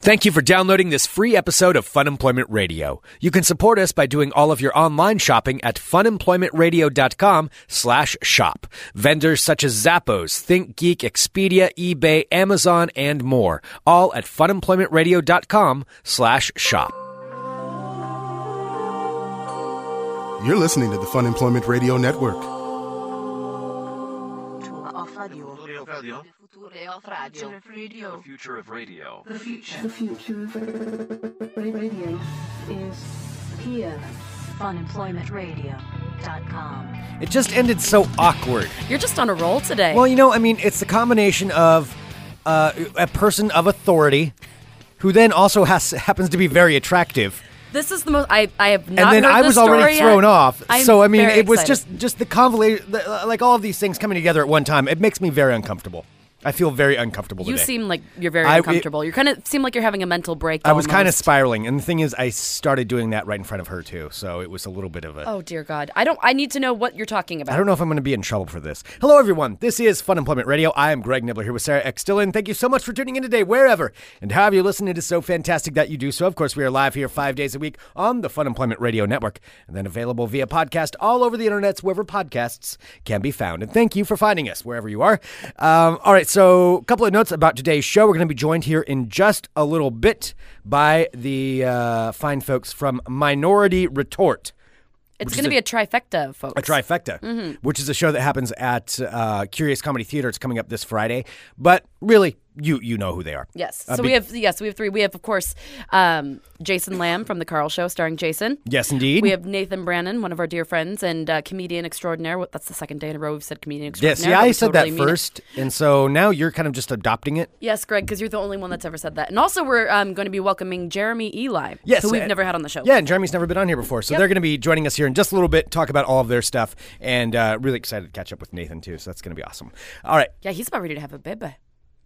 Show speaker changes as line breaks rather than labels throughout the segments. Thank you for downloading this free episode of Fun Employment Radio. You can support us by doing all of your online shopping at funemploymentradio.com slash shop. Vendors such as Zappos, ThinkGeek, Expedia, eBay, Amazon, and more. All at funemploymentradio.com slash shop.
You're listening to the Fun Employment Radio Network.
Future of radio.
Future of radio.
Future of radio.
The future of
The
radio.
future.
The future of radio is here.
funemploymentradio.com.
It just ended so awkward.
You're just on a roll today.
Well, you know, I mean, it's the combination of uh, a person of authority who then also has happens to be very attractive.
this is the most I, I have not
and then
heard
I
this
was already
story
thrown
yet.
off.
I'm
so I mean,
very
it was
excited.
just just the convoluted, the- uh, like all of these things coming together at one time. It makes me very uncomfortable. I feel very uncomfortable
You
today.
seem like you're very
I- it-
uncomfortable. you kind of seem like you're having a mental breakdown.
I was kind of
almost.
spiraling, and the thing is, I started doing that right in front of her too. So it was a little bit of a.
Oh dear God! I don't. I need to know what you're talking about.
I don't know if I'm going to be in trouble for this. Hello, everyone. This is Fun Employment Radio. I am Greg Nibbler here with Sarah X. Dillon. Thank you so much for tuning in today, wherever and however you listen. It is so fantastic that you do so. Of course, we are live here five days a week on the Fun Employment Radio Network and then available via podcast all over the internet, wherever podcasts can be found. And thank you for finding us wherever you are. Um, all right, so a couple of notes about today's show. We're going to be joined here in just a little bit by the uh, fine folks from Minority Retort.
It's going to be a trifecta, folks.
A trifecta,
Mm-hmm.
which is a show that happens at uh, Curious Comedy Theater. It's coming up this Friday, but really, you you know who they are.
Yes.
Uh,
So
be-
we have yes, we have three. We have of course um, Jason Lamb from the Carl Show, starring Jason.
Yes, indeed.
We have Nathan Brannon, one of our dear friends and uh, comedian extraordinaire. Well, that's the second day in a row we've said comedian
Yeah,
extraordinaire.
see,
but
I
we
said
totally
that
mean it.
first, and so now you're kind of just adopting it.
Yes, Greg, because you're the only one that's ever said that. And also, we're um, going to be welcoming Jeremy Eli,
Yes,
who we've
and-
never had on the show.
Yeah, and Jeremy's never been on here before, so they're going to be joining us here in just a little bit, talk about all of their stuff, and uh, really excited to catch up with Nathan too. So that's going to be awesome. All right.
yeah, he's about ready to have a baby.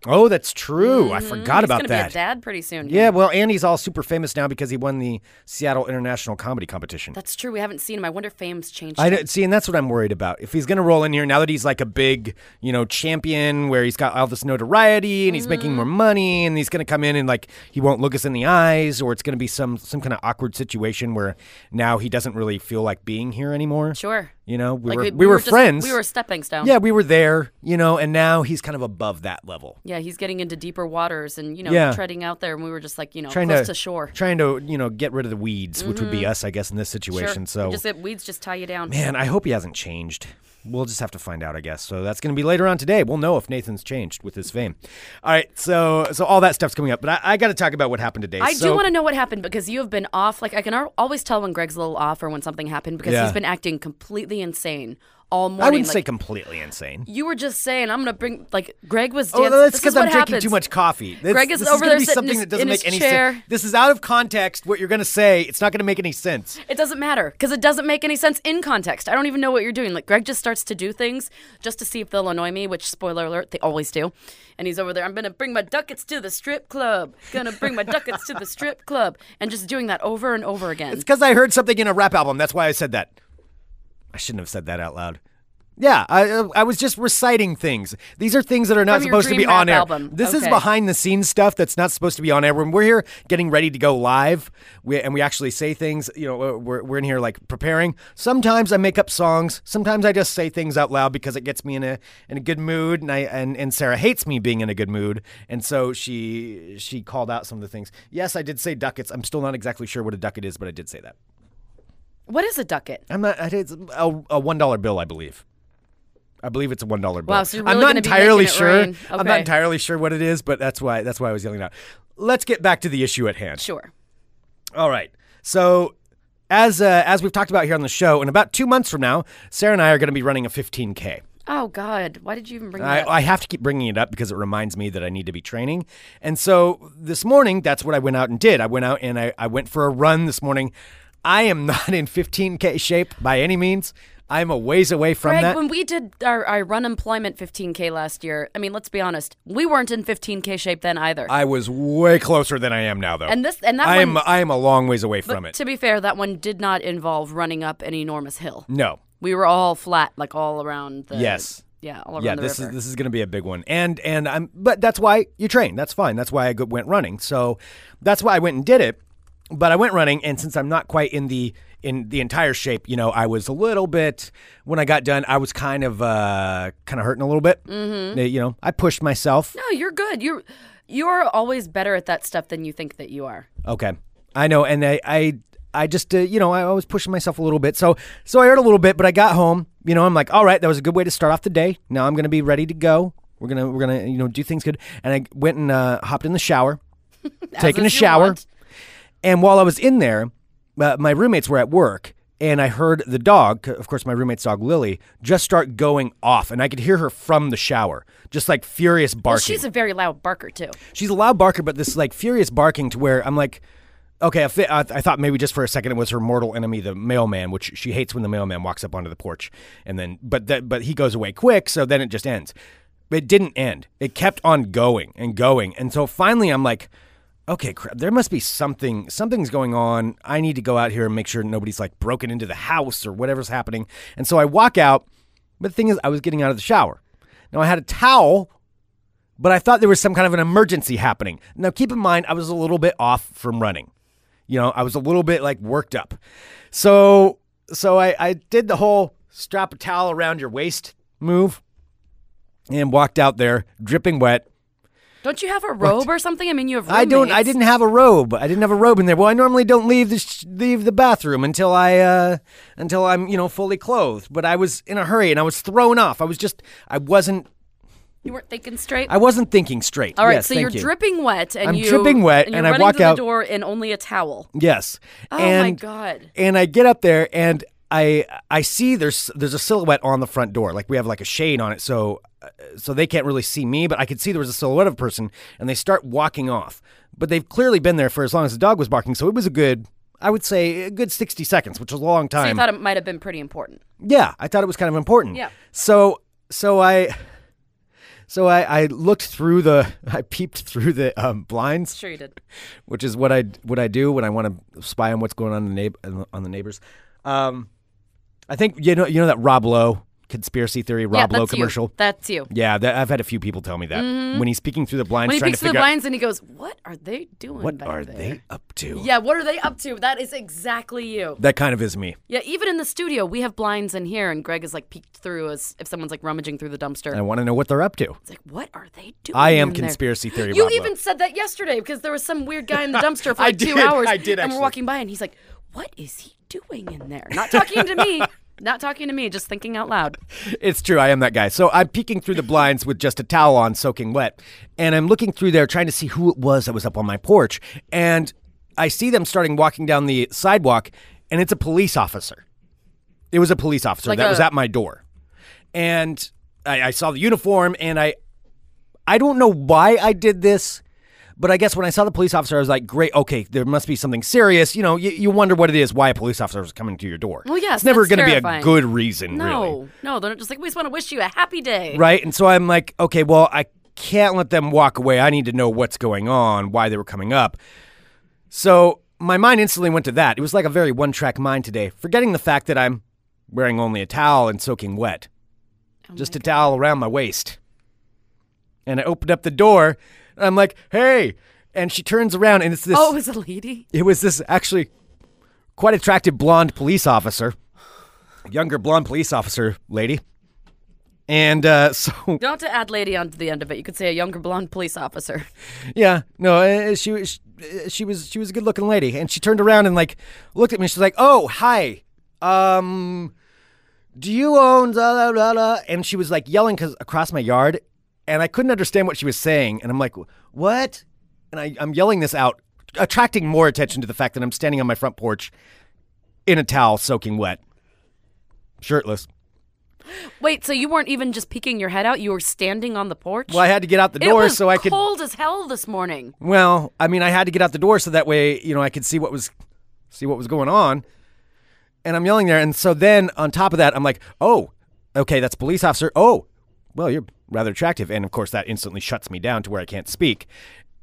Oh, that's true. I forgot
Mm-hmm. he's
about
gonna
that.
Be a dad pretty soon.
Yeah, well, and he's all super famous now because he won the Seattle International Comedy Competition.
that's true. We haven't seen him. I wonder if fame's changed.
I
him.
don't see, and that's what I'm worried about. If he's going to roll in here now that he's like a big, you know, champion where he's got all this notoriety and he's making
Mm.
more money, and he's going to come in and like he won't look us in the eyes, or it's going to be some some kind of awkward situation where now he doesn't really feel like being here anymore.
Sure.
You know, we
Like,
were we, were,
just-
friends.
We were a stepping stone.
yeah, we were there. You know, and now he's kind of above that level.
Yeah, he's getting into deeper waters and you know
Yeah.
treading out there, and we were just like you know
Trying
close
to,
to, shore. Mm-hmm.
trying to you know get rid of the weeds, which would be us, I guess, in this situation. So
Sure. just it, weeds just tie you down.
Man, I hope he hasn't changed. We'll just have to find out, I guess. So that's going to be later on today. We'll know if Nathan's changed with his fame. All right, so so all that stuff's coming up, but I, I got to talk about what happened today.
I
So-
do want to know what happened because you have been off. Like I can al- always tell when Greg's a little off or when something happened because
Yeah.
he's been acting completely insane all morning.
I wouldn't
like,
say completely insane.
you were just saying I'm gonna bring like Greg was.
Oh,
dancing-
that's
this
because
is what
I'm drinking
happens.
too much coffee. This,
Greg is
this
over
gonna
there
be
sitting in
something
his-
that doesn't
in
make
his
any sense.
chair.
This is out of context. What you're going to say, it's not going to make any sense.
It doesn't matter because it doesn't make any sense in context. I don't even know what you're doing. Like Greg just starts to do things just to see if they'll annoy me, which spoiler alert, they always do. And he's over there. I'm gonna bring my ducats to the strip club. Gonna bring my ducats to the strip club, and just doing that over and over again.
It's because I heard something in a rap album. That's why I said that. I shouldn't have said that out loud. Yeah, I uh, I was just reciting things. These are things that are not
From your
supposed to be
dream
on
rap
air.
album.
This is
Okay.
behind the scenes stuff that's not supposed to be on air. When we're here getting ready to go live, we, and we actually say things. You know, we're we're in here like preparing. Sometimes I make up songs. Sometimes I just say things out loud because it gets me in a in a good mood. And I and, and Sarah hates me being in a good mood, and so she she called out some of the things. Yes, I did say ducats. I'm still not exactly sure what a ducat is, but I did say that.
what is a ducat?
I'm not. I think It's a, a one dollar bill, I believe. I believe it's a one dollar bill.
Wow, so you're
I'm
really
not
gonna be
entirely
making it
sure.
rain.
I'm not
Okay.
entirely sure what it is, but that's why that's why I was yelling out. Let's get back to the issue at hand.
Sure.
All right. So as uh, as we've talked about here on the show, in about two months from now, Sarah and I are going to be running a 15k.
Oh God, why did you even bring
I,
that? up?
I have to keep bringing it up because it reminds me that I need to be training. And so this morning, that's what I went out and did. I went out and I, I went for a run this morning. I am not in 15K shape by any means. I'm a ways away from
Greg,
that.
when we did our, our run employment 15K last year, I mean, let's be honest, we weren't in 15K shape then either.
I was way closer than I am now, though.
And this- and that
I am
one-
I am a long ways away
but
from it.
to be fair, that one did not involve running up an enormous hill.
no.
We were all flat, like all around the
Yes.
Yeah, all around
yeah,
the
this
river.
is this is going to be a big one, and and I'm but that's why you train. That's fine. That's why I go, went running. So that's why I went and did it. But I went running, and since I'm not quite in the in the entire shape, you know, I was a little bit when I got done. I was kind of uh kind of hurting a little bit. Mm-hmm. You know, I pushed myself.
no, you're good. You're you're always better at that stuff than you think that you are.
Okay, I know, and I I, I just uh, you know I, I was pushing myself a little bit, so so I hurt a little bit, but I got home. You know, I'm like, all right, that was a good way to start off the day. Now I'm gonna be ready to go. We're gonna we're gonna you know do things good. And I went and uh, hopped in the shower, taking a
is your
shower,
want.
and while I was in there, uh, my roommates were at work. And I heard the dog, of course, my roommate's dog Lily, just start going off, and I could hear her from the shower, just like furious barking.
Well, she's a very loud barker too.
She's a loud barker, but this like furious barking to where I'm like, okay, I, fi- I, I thought maybe just for a second it was her mortal enemy, the mailman, which she hates when the mailman walks up onto the porch, and then but that but he goes away quick, so then it just ends. It didn't end. It kept on going and going, and so finally I'm like, okay, crap, there must be something. Something's going on. I need to go out here and make sure nobody's like broken into the house or whatever's happening. And so I walk out, but the thing is, I was getting out of the shower. Now I had a towel but I thought there was some kind of an emergency happening. Now, keep in mind, I was a little bit off from running. You know, I was a little bit like worked up. So, so I, I did the whole strap a towel around your waist move and walked out there dripping wet.
Don't you have a robe or something? I mean, you have. Roommates.
I don't, I didn't have a robe. I didn't have a robe in there. Well, I normally don't leave the, sh- leave the bathroom until I, uh, until I'm, you know, fully clothed, but I was in a hurry and I was thrown off. I was just, I wasn't,
You weren't thinking straight.
I wasn't thinking straight.
All right,
Yes,
so
thank
you're
you.
dripping wet, and
I'm
you
dripping wet,
and, you're
and I
running
walk
to
out-
the door in only a towel.
Yes.
Oh
and,
my god!
And I get up there and I I see there's there's a silhouette on the front door. Like we have like a shade on it, so uh, so they can't really see me, but I could see there was a silhouette of a person, and they start walking off. But they've clearly been there for as long as the dog was barking, so it was a good. I would say a good 60 seconds, which was a long
So
time.
you thought it might have been pretty important.
Yeah, I thought it was kind of important.
Yeah.
So so I so I, I looked through the I peeped through the um, blinds
Sure, you did.
which is what I what I do when I want to spy on what's going on in the neighbor, on the neighbors. Um, I think you know you know that Rob Lowe conspiracy theory
yeah,
Rob
that's
Lowe
you.
commercial.
That's you.
Yeah, that, I've had a few people tell me that when he's speaking through the blinds,
When he
trying
peeks
to
through the
figure
blinds and he goes, "What are they doing?
out what
back
are
there?
they up to.
Yeah, what are they up to? That is exactly you.
That kind of is me.
Yeah, even in the studio, we have blinds in here, and Greg is like peeked through as if someone's like rummaging through the dumpster.
I want to know what they're up to.
It's like, what are they doing?
I am
in there?
conspiracy theory
You
Rob Lowe.
even said that yesterday because there was some weird guy in the dumpster for
I
like two
did,
hours.
I did
And
actually.
we're walking by, and he's like, "What is he doing in there? Not talking to me." Not talking to me, just thinking out loud.
It's true. I am that guy. So I'm peeking through the blinds with just a towel on, soaking wet. And I'm looking through there trying to see who it was that was up on my porch. And I see them starting walking down the sidewalk, and it's a police officer. It was a police officer
Like
that
a-
was at my door. And I, I saw the uniform, and I, I don't know why I did this. But I guess when I saw the police officer, I was like, great, okay, there must be something serious. You know, you, you wonder what it is, why a police officer was coming to your door.
Well, yes,
It's never
that's
gonna
terrifying.
be a good reason,
No,
really
no, they're just like, we just want to wish you a happy day.
right? And so I'm like, okay, well, I can't let them walk away. I need to know what's going on, why they were coming up. So my mind instantly went to that. It was like a very one track mind today, forgetting the fact that I'm wearing only a towel and soaking wet, just a towel around my waist. And I opened up the door, and I'm like, hey. And she turns around, and it's this.
Oh, it was a lady.
It was this actually quite attractive blonde police officer, younger blonde police officer lady. And uh, so
You don't have to add lady onto the end of it. You could say a younger blonde police officer.
Yeah, no, uh, she was uh, she was she was a good looking lady, and she turned around and like looked at me. She's like, "Oh, hi, um, do you own da da da da?" And she was like yelling 'cause- across my yard, and I couldn't understand what she was saying. And I'm like, "What?" And I, I'm yelling this out, attracting more attention to the fact that I'm standing on my front porch in a towel, soaking wet, shirtless.
Wait, so you weren't even just peeking your head out? You were standing on the porch?
Well, I had to get out the
it
door
was
so I could
cold as hell this morning.
Well, I mean, I had to get out the door so that way, you know, I could see what was see what was going on. And I'm yelling there, and so then on top of that, I'm like, "Oh, okay, that's police officer. Oh, well, you're rather attractive." And of course, that instantly shuts me down to where I can't speak.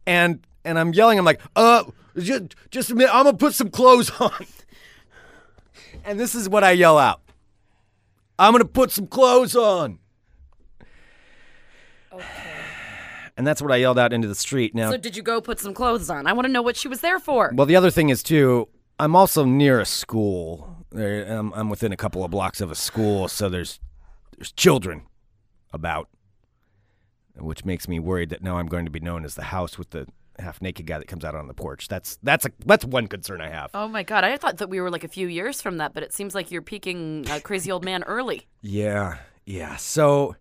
And and I'm yelling, I'm like, "Uh, just, just a minute, I'm gonna put some clothes on." And this is what I yell out: "I'm gonna put some clothes on." And that's what I yelled out into the street. Now,
So did you go put some clothes on? I want to know what she was there for.
well, the other thing is too, I'm also near a school. There, I'm, I'm within a couple of blocks of a school, so there's there's children about, which makes me worried that now I'm going to be known as the house with the half naked guy that comes out on the porch. That's that's a that's one concern I have.
Oh my god, I thought that we were like a few years from that, but it seems like you're peaking uh, crazy old man early.
Yeah, yeah. So,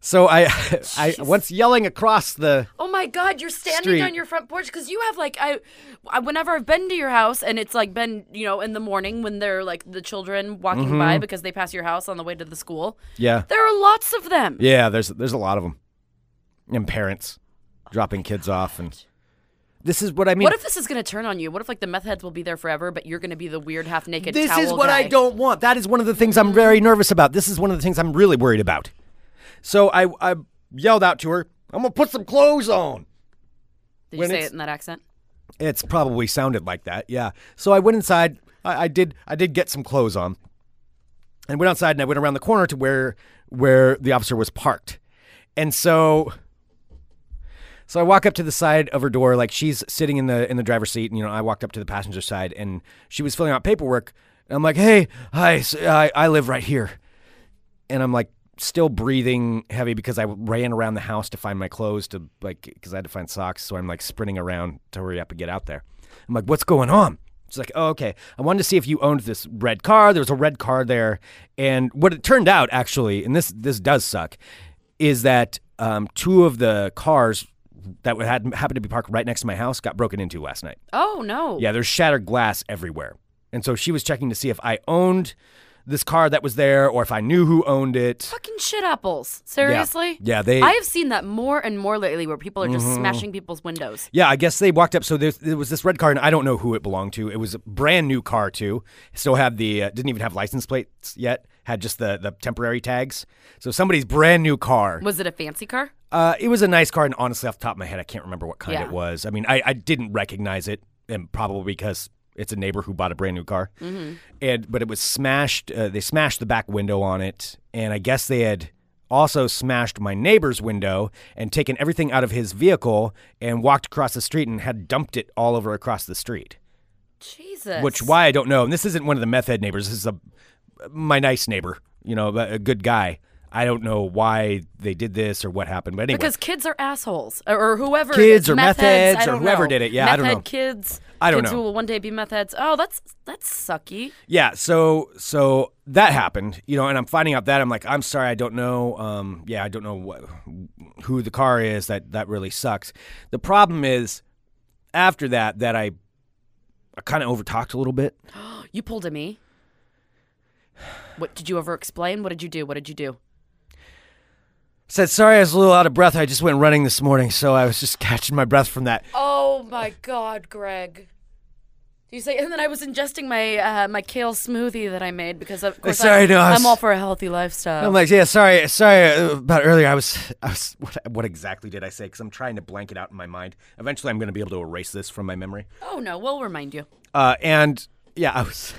so I I once yelling across the
Oh my god, you're standing
Street.
on your front porch because you have like I, I, whenever I've been to your house and it's like been you know in the morning when they're like the children walking
Mm-hmm.
by because they pass your house on the way to the school.
yeah
There are lots of them.
Yeah, there's there's a lot of them, and parents dropping kids off, and this is what I mean.
what if this is gonna turn on you? What if like the meth heads will be there forever, but you're gonna be the weird half naked?
this is
towel
what I
guy?
don't want. That is one of the things I'm very nervous about. This is one of the things I'm really worried about. So I I yelled out to her, "I'm gonna put some clothes on."
Did you
when
say
it's-
it in that accent?
It's probably sounded like that, yeah. So I went inside. I, I did. I did get some clothes on, and went outside, and I went around the corner to where where the officer was parked, and so. So I walk up to the side of her door, like she's sitting in the in the driver's seat, and you know I walked up to the passenger side, and she was filling out paperwork, and I'm like, "Hey, hi, s- I, I live right here," and I'm like still breathing heavy because I ran around the house to find my clothes to like because I had to find socks. So I'm like sprinting around to hurry up and get out there. I'm like, what's going on? She's like, oh, okay. I wanted to see if you owned this red car. There was a red car there, and what it turned out actually, and this this does suck, is that um, two of the cars that had happened to be parked right next to my house got broken into last night.
Oh no.
Yeah, there's shattered glass everywhere. And so she was checking to see if I owned this car that was there or if I knew who owned it.
Fucking shit apples. Seriously?
Yeah, they- Mm-hmm.
I have seen that more and more lately where people are just smashing people's windows.
Yeah, I guess they walked up. So there, there was this red car, and I don't know who it belonged to. It was a brand new car too. Still had the uh, didn't even have license plates yet. Had just the the temporary tags. So somebody's brand new car.
Was it a fancy car?
Uh, it was a nice car, and honestly, off the top of my head, I can't remember what kind
Yeah.
it was. I mean, I, I didn't recognize it, and probably because it's a neighbor who bought a brand new car. And but it was smashed. Uh, they smashed the back window on it, and I guess they had also smashed my neighbor's window and taken everything out of his vehicle and walked across the street and had dumped it all over across the street.
Jesus.
Which why I don't know. And this isn't one of the meth head neighbors. This is a my nice neighbor. You know, a a good guy. I don't know why they did this or what happened, but anyway.
Because kids are assholes, or, or whoever. it
Kids
is,
or meth
heads, I
heads or
don't
whoever
know.
did it. Yeah, I
meth
don't
head
know.
Kids.
I don't
kids
know.
who will one day be meth heads. Oh, that's that's sucky.
Yeah, so so that happened, you know, and I'm finding out that I'm like, I'm sorry, I don't know. Um, yeah, I don't know what, who the car is. That that really sucks. The problem is, after that, that I, I kind of overtalked a little bit.
You pulled a me. What did you ever explain? What did you do? What did you do?
Said sorry, I was a little out of breath. I just went running this morning, so I was just catching my breath from that.
Oh my God, Greg. You say, and then I was ingesting my uh, my kale smoothie that I made because of course
Sorry,
I'm,
no, I was-
I'm all for a healthy lifestyle.
I'm like, yeah, sorry, sorry uh, about earlier. I was, I was, what, what exactly did I say? Because I'm trying to blank it out in my mind. Eventually, I'm going to be able to erase this from my memory.
oh no, we'll remind you.
Uh, and yeah, I was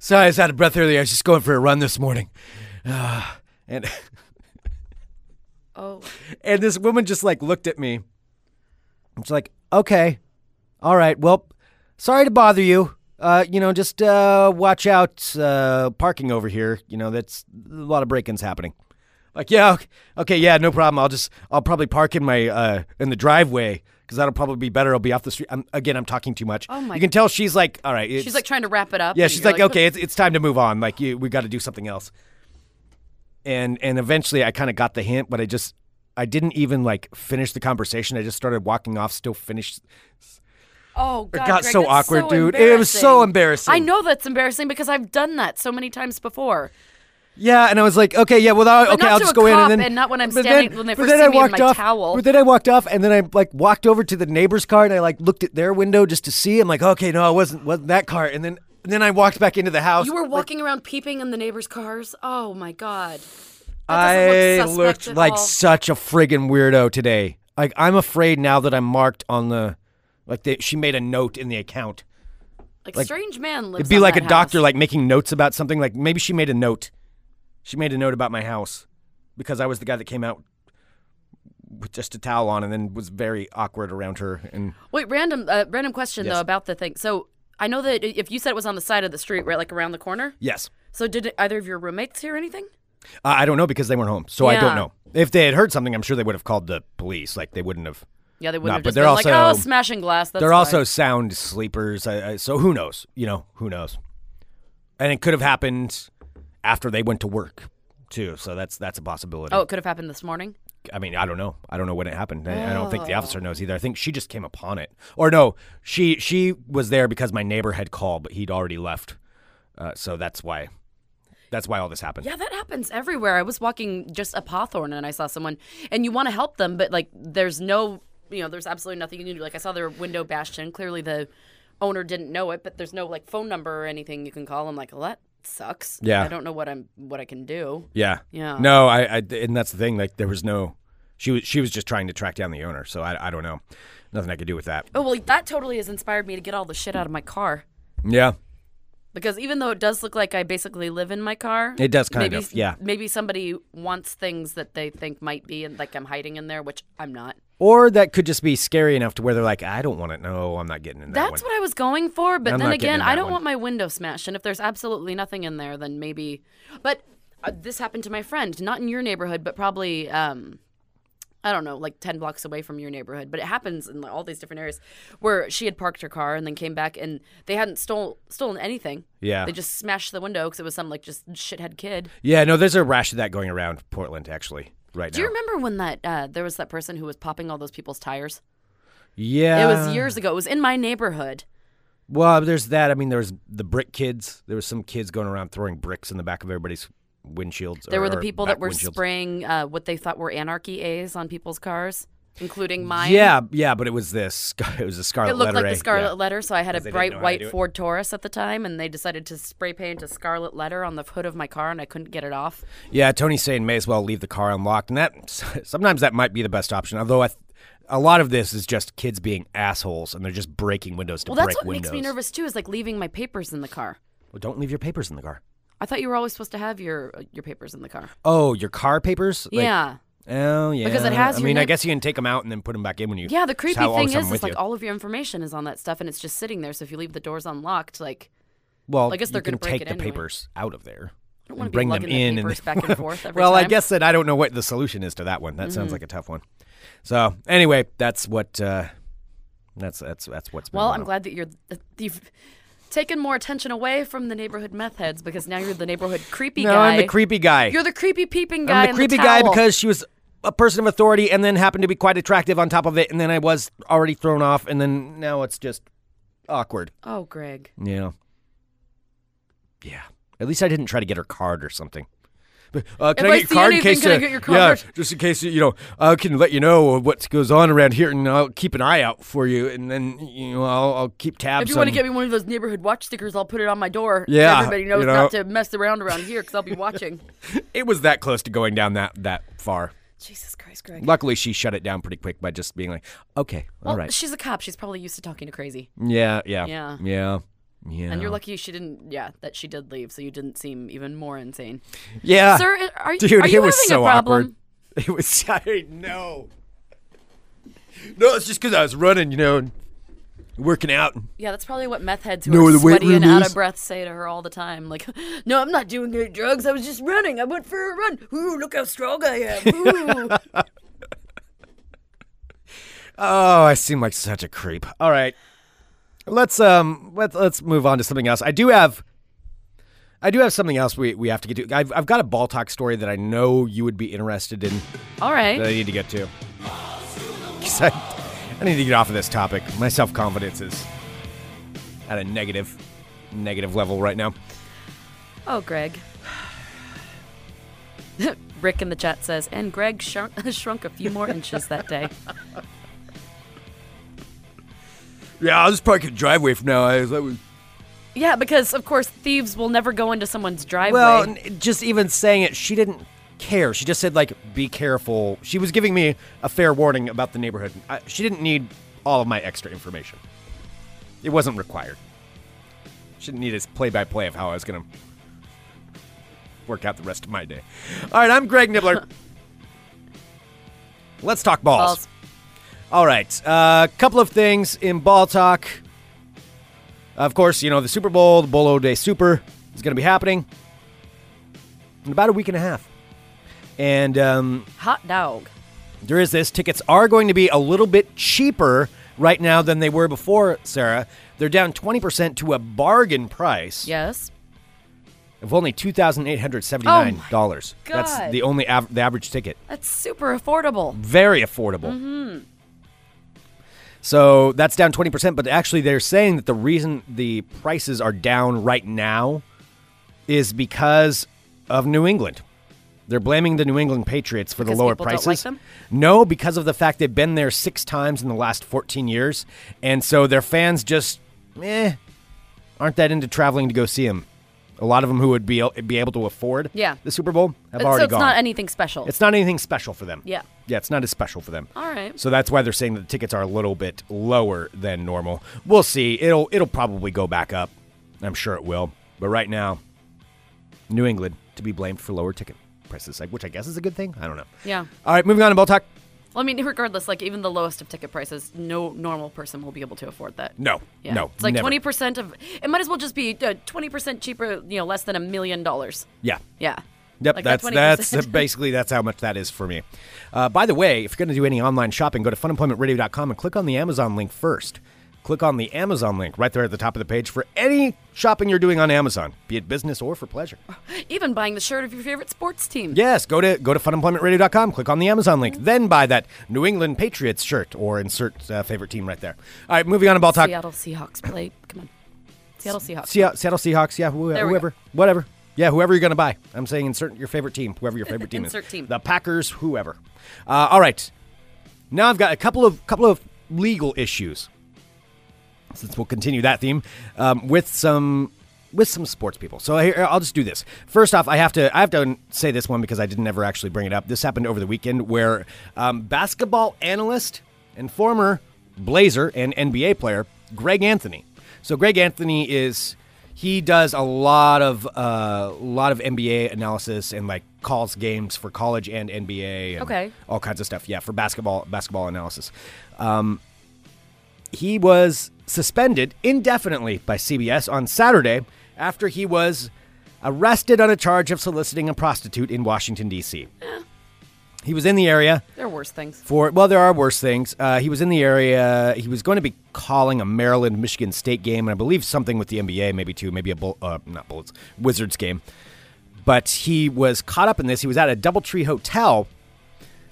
sorry, I was out of breath earlier. I was just going for a run this morning, Ah, and
Oh.
and this woman just like looked at me. I'm just like, okay, all right, well, sorry to bother you. Uh, you know, just uh, watch out uh, parking over here. You know, that's a lot of break-ins happening. Like, yeah, okay, okay, yeah, no problem. I'll just, I'll probably park in my, uh, in the driveway because that'll probably be better. I'll be off the street. I'm, again, I'm talking too much.
Oh my-
You can tell she's like, all right.
She's
it's-
like trying to wrap it up.
yeah,
and
she's
you're
like, okay, it's, it's time to move on. Like, you, we got to do something else. And and eventually, I kind of got the hint, but I just, I didn't even like finish the conversation. I just started walking off, still finished.
Oh god,
got
Greg,
so
that's
awkward,
so
dude. It was so embarrassing.
I know that's embarrassing because I've done that so many times before.
Yeah, and I was like, okay, yeah, well, I,
But
okay,
not
I'll
to
just
a
go in,
cop
and then
and not when I'm
but
standing- when they
but
first
then
see
I
me in
walked
my
off,
towel.
But then I walked off, and then I like walked over to the neighbor's car, and I like looked at their window just to see. I'm like, okay, no, I wasn't wasn't that car, and then. And then I walked back into the house.
You were walking around peeping in the neighbors' cars. Oh my god.
I
That doesn't look
looked
suspect at
like
all.
such a friggin' weirdo today. Like I'm afraid now that I'm marked on the, like they, she made a note in the account.
Like,
like,
strange man lives.
It'd be
on
like a
that
doctor,
house.
like making notes about something. Like maybe she made a note. She made a note about my house because I was the guy that came out with just a towel on and then was very awkward around her. And
Wait, random uh, random question though about the thing. So I know that i- if you said it was on the side of the street, right, like around the corner.
yes,
So did either of your roommates hear anything?
uh, I don't know because they weren't home, so I don't
Yeah.
know. If they had heard something, I'm sure they would have called the police. Like they wouldn't have.
Yeah, they
No,
wouldn't have
but
just
they're
been like,
also-
"Oh, smashing glass." That's
They're
fine."
also sound sleepers, I, I, so who knows? You know, who knows? And it could have happened after they went to work too. So that's that's a possibility.
Oh, it could have happened this morning.
I mean, I don't know. I don't know when it happened. I, I don't think the
Oh.
officer knows either. I think she just came upon it. Or no, she she was there because my neighbor had called, but he'd already left. Uh, so that's why. That's why all this happened.
Yeah, that happens everywhere. I was walking just up Hawthorne and I saw someone, and you want to help them, but like, there's no, you know, there's absolutely nothing you can do. Like, I saw their window bashed in. Clearly, the owner didn't know it, but there's no like phone number or anything you can call. I'm like, well, that sucks.
Yeah.
I don't know what I'm what I can do.
Yeah.
Yeah.
No, I, I and that's the thing. Like there was no. She was she was just trying to track down the owner. So I I don't know. Nothing I could do with that.
Oh well, that totally has inspired me to get all the shit out of my car.
Yeah.
Because even though it does look like I basically live in my car,
It does kind
maybe,
of, yeah.
Maybe somebody wants things that they think might be, and like I'm hiding in there, which I'm not.
Or that could just be scary enough to where they're like, I don't want it. No, I'm not getting in that
That's
one.
what I was going for, but
I'm
then
not getting
again,
in
I
that
don't
one.
want my window smashed. And if there's absolutely nothing in there, then maybe. But uh, this happened to my friend, not in your neighborhood, but probably. Um, I don't know, like 10 blocks away from your neighborhood, but it happens in like, all these different areas where she had parked her car and then came back and they hadn't stole, stolen anything.
Yeah.
They just smashed the window because it was some like just shithead kid.
yeah. No, there's a rash of that going around Portland actually right
Do
now.
you remember when that uh, there was that person who was popping all those people's tires?
yeah.
it was years ago. It was in my neighborhood.
Well, there's that. I mean, there's the brick kids. There was some kids going around throwing bricks in the back of everybody's windshields.
There
or-
were the
or
people
back
that were
windshields.
spraying uh, what they thought were anarchy A's on people's cars, including mine.
Yeah, yeah, but it was this. sc- It was a scarlet
It looked
letter
like
A,
the Scarlet
yeah.
Letter, so I had a
they didn't know how
bright
to do
white
it.
Ford Taurus at the time, and they decided to spray paint a Scarlet Letter on the hood of my car, and I couldn't get it off.
Yeah, Tony's saying may as well leave the car unlocked, and that sometimes that might be the best option. Although I, th- a lot of this is just kids being assholes and they're just breaking windows to
Well, that's
break
what
windows.
makes me nervous too, is like leaving my papers in the car.
Well, don't leave your papers in the car.
I thought you were always supposed to have your uh, your papers in the car.
Oh, your car papers? Like-
yeah.
Oh, yeah.
Because it has
I
your
mean, I
name-
guess you can take them out and then put them back in when you.
Yeah, the
it's
creepy
how all
thing
of a sudden
is,
with
it's like
you.
all of your information is on that stuff, and it's just sitting there. So if you leave the doors unlocked, like
Well,
I guess they're
you can
gonna break
take
it
the
anyway.
papers out of there.
I
and
don't want to be
bring them
lugging
in
the papers
and
back and forth every
well, I
time. Mm-hmm.
guess that I don't know what the solution is to that one. That sounds like a tough one. So anyway, that's what uh, that's that's that's what's been
Well,
going
I'm
on.
glad that you're that you've taken more attention away from the neighborhood meth heads because now you're the neighborhood creepy
No,
guy.
I'm the creepy guy.
You're the creepy peeping
I'm
guy.
the
in
creepy guy
towel.
because she was a person of authority and then happened to be quite attractive on top of it, and then I was already thrown off, and then now it's just awkward.
Oh, Greg.
Yeah. Yeah. At least I didn't try to get her card or something. But, uh, can
If
I get
I
your
see
card
anything,
in case?
can I
uh,
get your card?
Yeah, just in case you know, I can let you know what goes on around here, and I'll keep an eye out for you, and then you know I'll, I'll keep tabs.
If you want to
on-
get me one of those neighborhood watch stickers, I'll put it on my door.
Yeah,
Everybody knows
you know.
not to mess around around here because I'll be watching.
it was that close to going down that that far.
Jesus Christ, Greg.
Luckily, she shut it down pretty quick by just being like, "Okay,
well,
all right,
she's a cop. She's probably used to talking to crazy.
yeah, yeah,
Yeah.
yeah." Yeah.
And you're lucky she didn't. Yeah, that she did leave, so you didn't seem even more insane.
Yeah.
Sir, i- are you-
Dude,
are
it
you
was
having a
so awkward.
problem?
It was I no. No, it's just because I was running, you know, and working out.
Yeah, that's probably what meth heads who
Know where
are
the weight
sweaty and
room
out
is?
of breath say to her all the time. Like, no, I'm not doing any drugs. I was just running. I went for a run. Ooh, look how strong I am. Ooh.
Oh, I seem like such a creep. All right. Let's um let's let's move on to something else. I do have I do have something else we, we have to get to. I've, I've got a ball talk story that I know you would be interested in
all right.
that I need to get to. 'Cause I, I need to get off of this topic. My self confidence is at a negative negative level right now.
Oh, Greg. Rick in the chat says, and Greg shrunk, shrunk a few more inches that day.
Yeah, I'll just park in the driveway from now. I, that was
Yeah, because of course thieves will never go into someone's driveway.
Well, n- just even saying it, she didn't care. She just said like, "Be careful." She was giving me a fair warning about the neighborhood. I, she didn't need all of my extra information. It wasn't required. She didn't need his play-by-play of how I was going to work out the rest of my day. All right, I'm Greg Nibbler. Let's talk balls.
Balls.
All right. A couple of things in ball talk. Of course, you know, the Super Bowl, the Bolo Day Super is going to be happening in about a week and a half. And um,
Hot dog.
there is this. Tickets are going to be a little bit cheaper right now than they were before, Sarah. They're down 20% to a bargain price
Yes.
of only $2,879.
Oh my
That's
God.
the only av- the average ticket.
That's super affordable.
Very affordable. So that's down 20%, but actually they're saying that the reason the prices are down right now is because of New England. They're blaming the New England Patriots for
Because
the lower
people don't like
prices.
them?
No, because of the fact they've been there six times in the last 14 years. And so their fans just, eh, aren't that into traveling to go see them. A lot of them who would be, be able to afford
Yeah.
the Super Bowl have
But-
already
so it's
gone.
not anything special.
It's not anything special for them.
Yeah.
Yeah, it's not as special for them.
All right.
So that's why they're saying that the tickets are a little bit lower than normal. We'll see. It'll it'll probably go back up. I'm sure it will. But right now, New England to be blamed for lower ticket prices, like- which I guess is a good thing. I don't know.
Yeah.
All right, moving on to ball talk.
Well, I mean, regardless, like even the lowest of ticket prices, no normal person will be able to afford that.
No.
Yeah.
No.
It's like
never.
twenty percent of. It might as well just be uh, twenty percent cheaper. You know, less than a million dollars.
Yeah.
Yeah.
Yep,
Like that
that's that's
20%.
basically that's how much that is for me. Uh, by the way, if you're going to do any online shopping, go to funemploymentradio.com and click on the Amazon link first. Click on the Amazon link right there at the top of the page for any shopping you're doing on Amazon, be it business or for pleasure.
Even buying the shirt of your favorite sports team.
Yes, go to go to funemploymentradio.com, click on the Amazon link, then buy that New England Patriots shirt or insert uh, favorite team right there. All right, moving on to ball talk.
Seattle Seahawks play. Come on. Seattle Seahawks.
Sea- Seattle Seahawks, yeah, who-
There we
whoever,
go.
whatever, yeah, whoever you're gonna buy. I'm saying insert your favorite team, whoever your favorite team
Insert
is.
team.
The Packers, whoever. Uh, all right, now I've got a couple of couple of legal issues. Since we'll continue that theme um, with some with some sports people. So here, I'll just do this. First off, I have to I have to say this one because I didn't ever actually bring it up. This happened over the weekend where um, basketball analyst and former Blazer and NBA player Greg Anthony. So Greg Anthony is he does a lot of a lot of NBA analysis and like calls games for college and NBA. And
Okay.
all kinds of stuff. Yeah, for basketball basketball analysis. Um, he was suspended indefinitely by CBS on Saturday after he was arrested on a charge of soliciting a prostitute in Washington D.C. He was in the area
There are worse things.
for well, there are worse things. Uh, he was in the area. He was going to be calling a Maryland Michigan State game, and I believe something with the NBA, maybe too, maybe a bull, uh, not bullets Wizards game. But he was caught up in this. He was at a DoubleTree hotel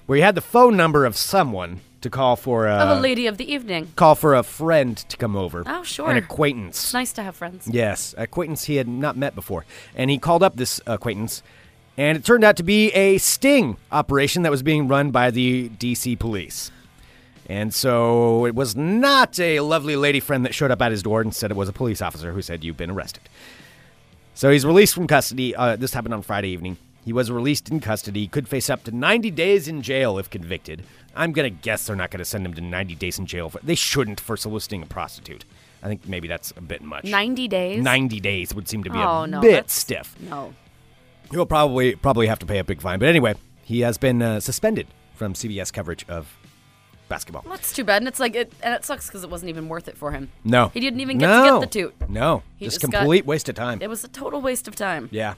where he had the phone number of someone to call for uh, a,
of a lady of the evening.
call for a friend to come over.
Oh, sure.
an acquaintance.
It's nice to have friends.
Yes, acquaintance he had not met before. And he called up this acquaintance, and it turned out to be a sting operation that was being run by the DC police. And so it was not a lovely lady friend that showed up at his door and said it was a police officer who said, You've been arrested. So he's released from custody. Uh, this happened on Friday evening. He was released in custody. He could face up to 90 days in jail if convicted. I'm going to guess they're not going to send him to 90 days in jail. For, they shouldn't for soliciting a prostitute. I think maybe that's a bit much.
Ninety days.
90 days would seem to be
Oh,
a
no,
bit
that's-
stiff.
No.
He'll probably probably have to pay a big fine. But anyway, he has been uh, suspended from CBS coverage of basketball.
That's too bad, and it's like it, and it sucks because it wasn't even worth it for him.
No.
he didn't even get
No.
to get the toot.
No.
He
just
just got-
complete waste of time.
It was a total waste of time.
Yeah.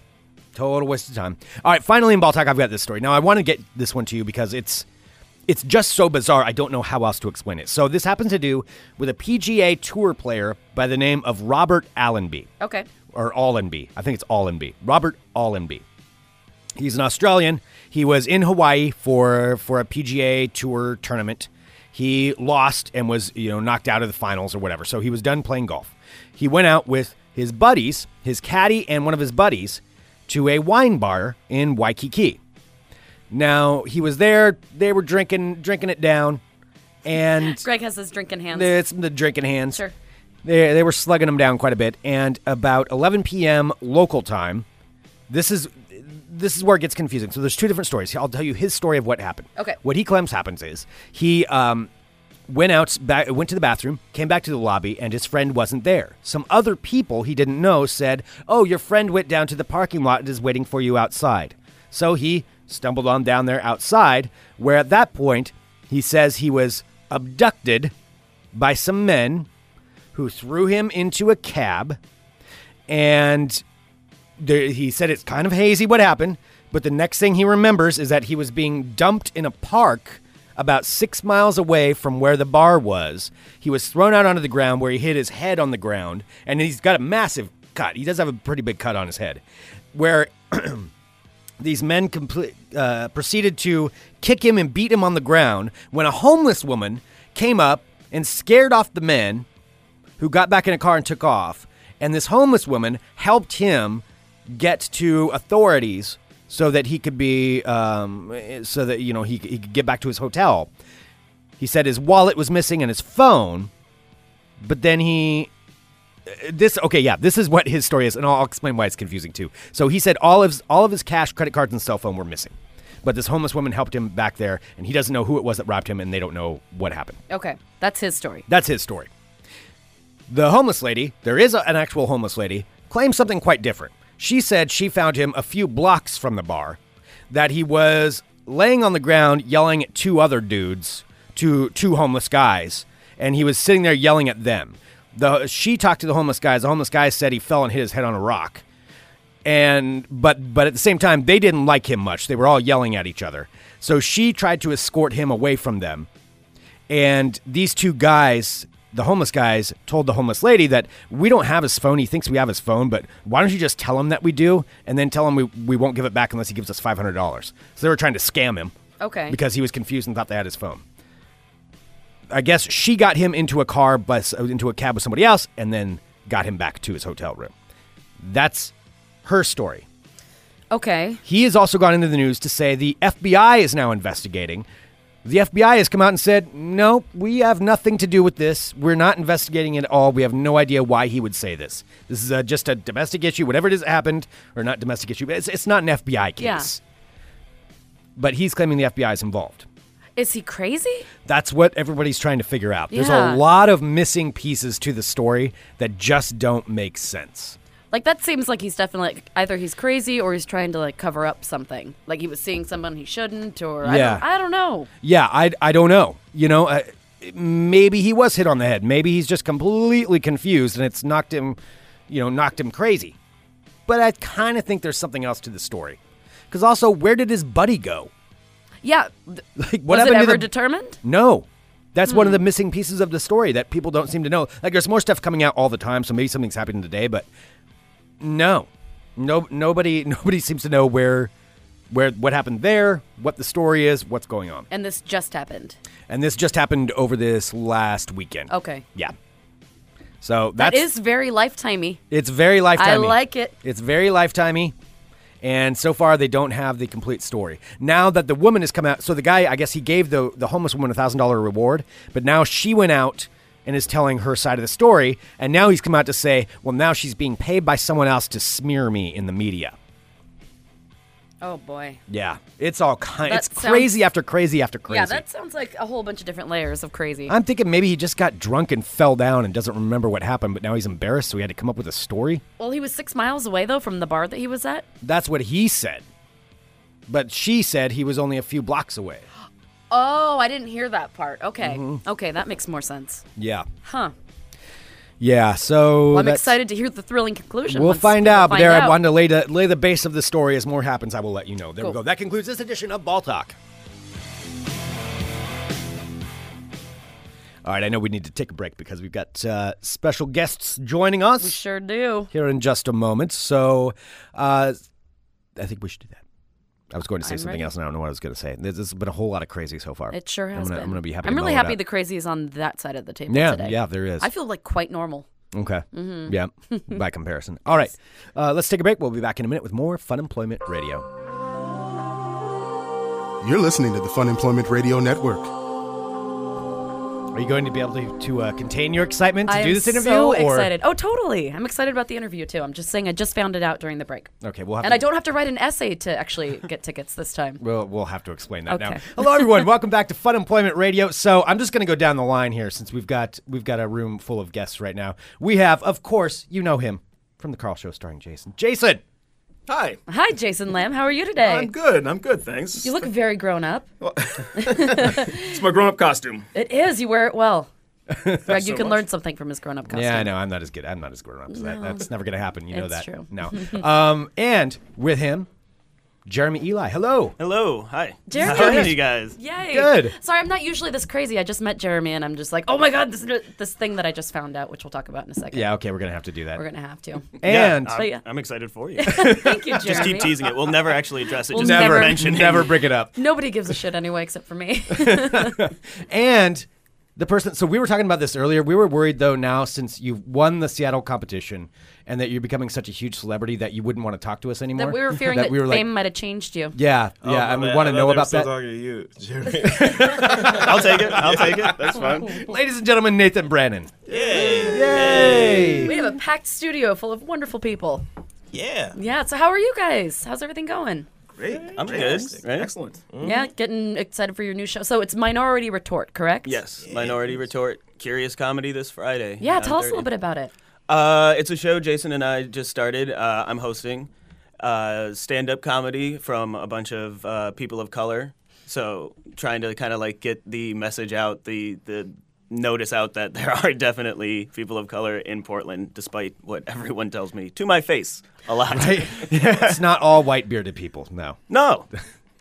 Total waste of time. All right, finally in ball talk, I've got this story. Now I want to get this one to you because it's it's just so bizarre. I don't know how else to explain it. So this happens to do with a PGA Tour player by the name of Robert Allenby
Okay.
or Allenby. I think it's Allenby. Robert Allenby. He's an Australian. He was in Hawaii for for a PGA Tour tournament. He lost and was you know knocked out of the finals or whatever. So he was done playing golf. He went out with his buddies, his caddy, and one of his buddies to a wine bar in Waikiki. Now he was there. They were drinking drinking it down, and
Greg has his drinking hands.
it's the drinking hands.
Sure.
They, they were slugging him down quite a bit, and about 11 p.m. local time, this is this is where it gets confusing. So there's two different stories. I'll tell you his story of what happened.
Okay.
What he claims happens is he um, went out, back, went to the bathroom, came back to the lobby, and his friend wasn't there. Some other people he didn't know said, "Oh, your friend went down to the parking lot and is waiting for you outside." So he stumbled on down there outside, where at that point He says he was abducted by some men who threw him into a cab, and there, he said it's kind of hazy what happened. But the next thing he remembers is that he was being dumped in a park about six miles away from where the bar was. He was thrown out onto the ground where he hit his head on the ground, and he's got a massive cut. He does have a pretty big cut on his head, where these men comple- uh, proceeded to kick him and beat him on the ground when a homeless woman came up and scared off the men who got back in a car and took off. And this homeless woman helped him get to authorities so that he could be, um, so that, you know, he, he could get back to his hotel. He said his wallet was missing and his phone, but then he this okay yeah this is what his story is and I'll, I'll explain why it's confusing too so he said all of his, all of his cash credit cards and cell phone were missing but this homeless woman helped him back there and he doesn't know who it was that robbed him and they don't know what happened
Okay, that's his story.
that's his story the homeless lady there is a- an actual homeless lady claims something quite different she said she found him a few blocks from the bar that he was laying on the ground yelling at two other dudes two two homeless guys and he was sitting there yelling at them the, she talked to the homeless guys the homeless guy said he fell and hit his head on a rock and but but at the same time they didn't like him much they were all yelling at each other so she tried to escort him away from them and these two guys the homeless guys told the homeless lady that we don't have his phone he thinks we have his phone but why don't you just tell him that we do and then tell him we, we won't give it back unless he gives us $500 so they were trying to scam him
Okay.
because he was confused and thought they had his phone i guess she got him into a car bus uh, into a cab with somebody else and then got him back to his hotel room that's her story
okay.
he has also gone into the news to say the FBI is now investigating. The FBI has come out and said, no, we have nothing to do with this. We're not investigating it at all. We have no idea why he would say this. This is uh just a domestic issue, whatever it is that happened, or not domestic issue, but it's, it's not an FBI case.
Yeah.
But he's claiming the FBI is involved.
Is he crazy?
That's what everybody's trying to figure out. There's a
Yeah.
lot of missing pieces to the story that just don't make sense.
Like that seems like he's definitely like, either he's crazy or he's trying to like cover up something. Like he was seeing someone he shouldn't, or
Yeah.
I, don't, I don't know.
Yeah, I, I don't know. You know, uh, maybe he was hit on the head. Maybe he's just completely confused and it's knocked him, you know, knocked him crazy. But I kind of think there's something else to the story. Because also, where did his buddy go?
Yeah. th-
Like, what
was it
happened
ever
to
Hmm.
the...
determined?
No. That's one of the missing pieces of the story that people don't seem to know. Like there's more stuff coming out all the time, so maybe something's happening today, but no. No nobody nobody seems to know where where what happened there, what the story is, what's going on.
And this just happened.
And this just happened over this last weekend.
Okay.
Yeah. So
That
that's
is very lifetimey.
it's very lifetimey.
I like it.
It's very lifetimey. And so far they don't have the complete story. Now that the woman has come out, so the guy, I guess he gave the the homeless woman a thousand dollar reward, but now she went out and is telling her side of the story, and now he's come out to say, well, now she's being paid by someone else to smear me in the media.
Oh boy.
Yeah, it's all kind.
That
It's
sounds-
crazy after crazy after crazy.
Yeah, that sounds like a whole bunch of different layers of crazy.
I'm thinking maybe he just got drunk and fell down and doesn't remember what happened, but now he's embarrassed, so he had to come up with a story.
well, he was six miles away though from the bar that he was at.
That's what he said. But she said he was only a few blocks away.
Oh, I didn't hear that part. Okay.
Mm-hmm.
Okay, that makes more sense.
Yeah.
Huh.
Yeah, so.
Well, I'm
that's-
excited to hear the thrilling conclusion.
We'll
once
find out, but
find
there I
out.
wanted to lay the, lay the base of the story. As more happens, I will let you know. There we
Cool.
go. That concludes this edition of Ball Talk. All right, I know we need to take a break because we've got uh, special guests joining us.
We sure do.
here in just a moment. So uh, I think we should do that. I was going to say
I'm
something
ready.
else, and I don't know what I was going to say. This has been a whole lot of crazy so far.
It sure
I'm
has
gonna-
been.
I'm going to be happy.
I'm
to
really
mellow it
happy
out.
the crazy is on that side of the table
yeah,
today.
yeah, there is.
I feel Mm-hmm. like quite normal.
okay. Yeah, by comparison. All right, uh, let's take a break. We'll be back in a minute with more Fun Employment Radio.
You're listening to the Fun Employment Radio Network.
Are you going to be able to, to uh, contain your excitement to
I
do
am
this interview?
so
or-
excited. Oh, totally. I'm excited about the interview too. I'm just saying I just found it out during the break.
Okay, we'll have
and
to-
I don't have to write an essay to actually get tickets this time.
We'll, we'll have to explain that now.
Okay.
Hello, everyone. Welcome back to Fun Employment Radio. So I'm just going to go down the line here since we've got we've got a room full of guests right now. We have, of course, you know him from the Carl Show, starring Jason. Jason,
Hi.
Hi, Jason Lamb. How are you today?
I'm good. I'm good. Thanks.
You look very grown up.
it's my grown-up costume.
It is. You wear it well. Greg, you
so
can
much.
learn something from his grown up costume.
Yeah, I know. I'm not as good. I'm not as good around. That, that's never going to happen. You know
It's
that.
true.
No. um, and with him, Jeremy Eli. Hello.
Hello, hi.
Jeremy.
How are you guys?
Yay.
Good.
Sorry, I'm not usually this crazy. I just met Jeremy and I'm just like, oh my God, this, this thing that I just found out, which we'll talk about in a second.
Yeah. Okay. We're going to have to do that.
We're going to have to.
and
yeah, uh, I'm,
But yeah.
I'm excited for you.
Thank you, Jeremy.
Just keep teasing it. We'll never actually address it.
We'll
Just
never-
never
never,
mention it.
never bring it up.
Nobody gives a shit anyway except for me.
And the person, so we were talking about this earlier. We were worried though now since you've won the Seattle competition and that you're becoming such a huge celebrity that you wouldn't want to talk to us anymore.
that we were fearing that,
we were like,
fame might have changed you.
yeah, yeah, and we want to know about that.
I'll take it. I'll take it. That's fine.
Ladies and gentlemen, Nathan Brannon.
We have a packed studio full of wonderful people.
Yeah.
Yeah. So how are you guys? How's everything going?
Great.
I'm good. Right?
Excellent.
Yeah, getting excited for your new show. So it's Minority Retort, correct?
Yes. Minority Retort. Curious Comedy this Friday.
Yeah, tell us a little bit about it.
Uh, it's a show Jason and I just started. Uh, I'm hosting uh, stand up comedy from a bunch of uh, people of color. So trying to kind of like get the message out, the, the notice out that there are definitely people of color in Portland, despite what everyone tells me to my face a lot.
it's not all white bearded people. No.
No,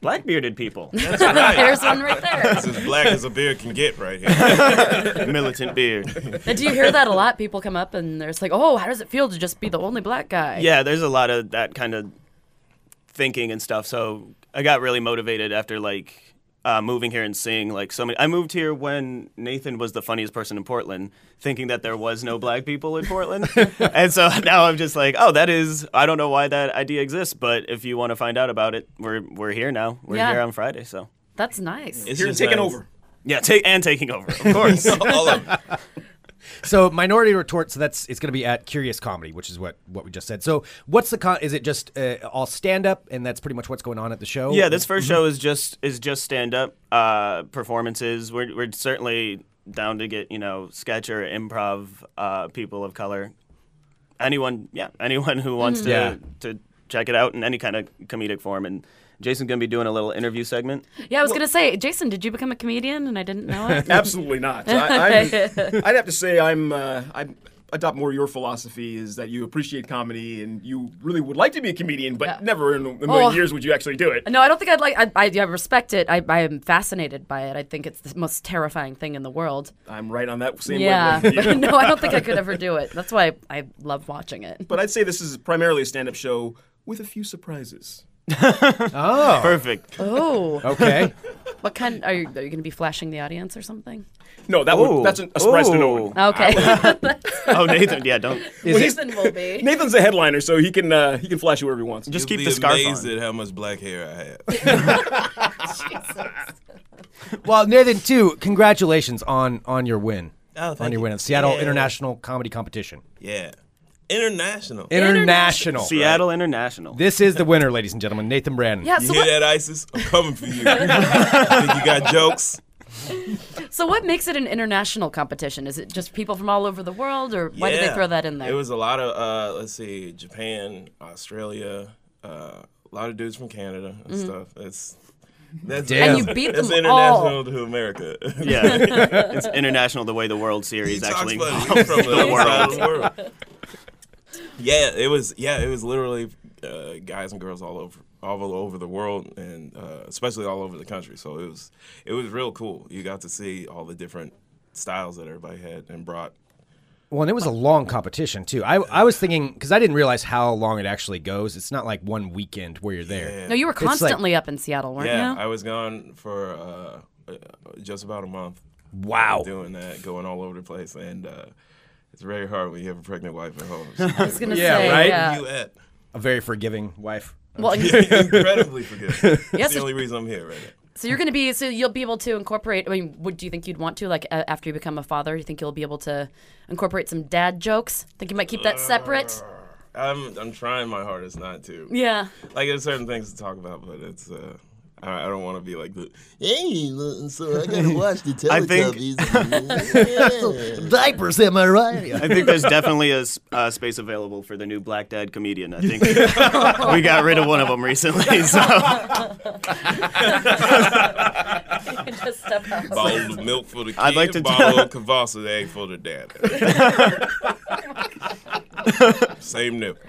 black bearded people,
There's one right there.
It's as black as a beard can get right here.
militant beard.
Now, do you hear that a lot? People come up and they're just like, "Oh, how does it feel to just be the only black guy?"
Yeah, there's a lot of that kind of thinking and stuff. So I got really motivated after like uh, moving here and seeing like so many. I moved here when Nathan was the funniest person in Portland, thinking that there was no black people in Portland, and so now I'm just like, oh, that is. I don't know why that idea exists, but if you want to find out about it, we're we're here now. We're
Yeah.
here on Friday, so.
that's nice.
You're taking over.
Yeah, take and taking over, of course.
All of them.
So Minority Retort. So that's it's going to be at Curious Comedy, which is what what we just said. So what's the con? Is it just uh, all stand up, and that's pretty much what's going on at the show?
Yeah, this
Mm-hmm.
1st show is just is just stand up uh, performances. We're we're certainly down to get you know sketch or improv uh, people of color, anyone yeah anyone who wants to
Mm-hmm.
Yeah.
to check it out in any kind of comedic form. And Jason's gonna be doing a little interview segment.
Yeah, I was gonna say, Jason, did you become a comedian and I didn't know it?
Absolutely not. I, I'm, I'd have to say I'm. Uh, I adopt more your philosophy is that you appreciate comedy and you really would like to be a comedian, but
Yeah.
never in a million
Oh.
years would you actually do it.
No, I don't think I'd like. I, I, I respect it. I, I am fascinated by it. I think it's the most terrifying thing in the world.
I'm right on that same
yeah,
wavelength.
but no, I don't think I could ever do it. That's why I, I love watching it.
But I'd say this is primarily a stand-up show with a few surprises.
Perfect.
Oh,
Okay.
what kind are you, are you gonna be flashing the audience or something?
No, that
Ooh.
would, that's a, a surprise to no
Ooh.
one.
Okay,
oh Nathan, yeah, don't
Is it,
Jason will be.
Nathan's a headliner, so he can uh, he can flash you wherever he wants.
just
You'll
keep
be
the scarf
amazed
on.
at how much black hair I have.
well, Nathan, too. Congratulations on on your win.
Oh, thank
on your
you.
win of Seattle
Yeah.
International Comedy Competition.
Yeah. International. Oh,
International.
Seattle International.
This is the winner, ladies and gentlemen, Nathan Brandon.
Yeah.
You
So
hear
what,
that, ISIS? I'm coming for you. Think you got jokes?
so what makes it an international competition? Is it just people from all over the world, or why did they
Yeah.
throw that in there?
It was a lot of, uh, let's see, Japan, Australia, uh, a lot of dudes from Canada and stuff. It's, that's,
And
Mm-hmm. you beat
that's
them
international
all.
to America.
yeah, it's international the way the World Series
He talks
actually.
funny. He's from the world. yeah, it was. Yeah, it was literally uh, guys and girls all over, all over the world, and uh, especially all over the country. So it was, it was real cool. You got to see all the different styles that everybody had and brought.
Well, and it was a long competition too. I, I was thinking because I didn't realize how long it actually goes. It's not like one weekend where you're there.
no, you were
like-
constantly up in Seattle, weren't
Yeah,
you?
I was gone for uh, uh, just about a month.
Wow.
doing that, going all over the place, and uh, it's very hard when you have a pregnant wife at home. She's like,
was gonna
Yeah,
say,
right?
yeah.
you at?
A very forgiving wife.
Well, and-
Incredibly forgiving.
Yes,
That's the
it-
only reason I'm here right now.
So you're going to be so you'll be able to incorporate. I mean, would do you think you'd want to like uh, after you become a father? You think you'll be able to incorporate some dad jokes? Think you might keep that separate?
Uh.
I'm I'm trying my hardest not to.
Yeah.
Like there's certain things to talk about, but it's uh I I don't want to be like the hey, look, so I gotta watch the
I think-
Teletubbies. Yeah.
Diapers, am I right?
I think there's definitely a s- uh, space available for the new Black Dad comedian. I think we got rid of one of them recently. So
You can just step out.
Bottle of milk for the kid.
I'd like to
bottle of Cavasso egg for the dad. Same nip.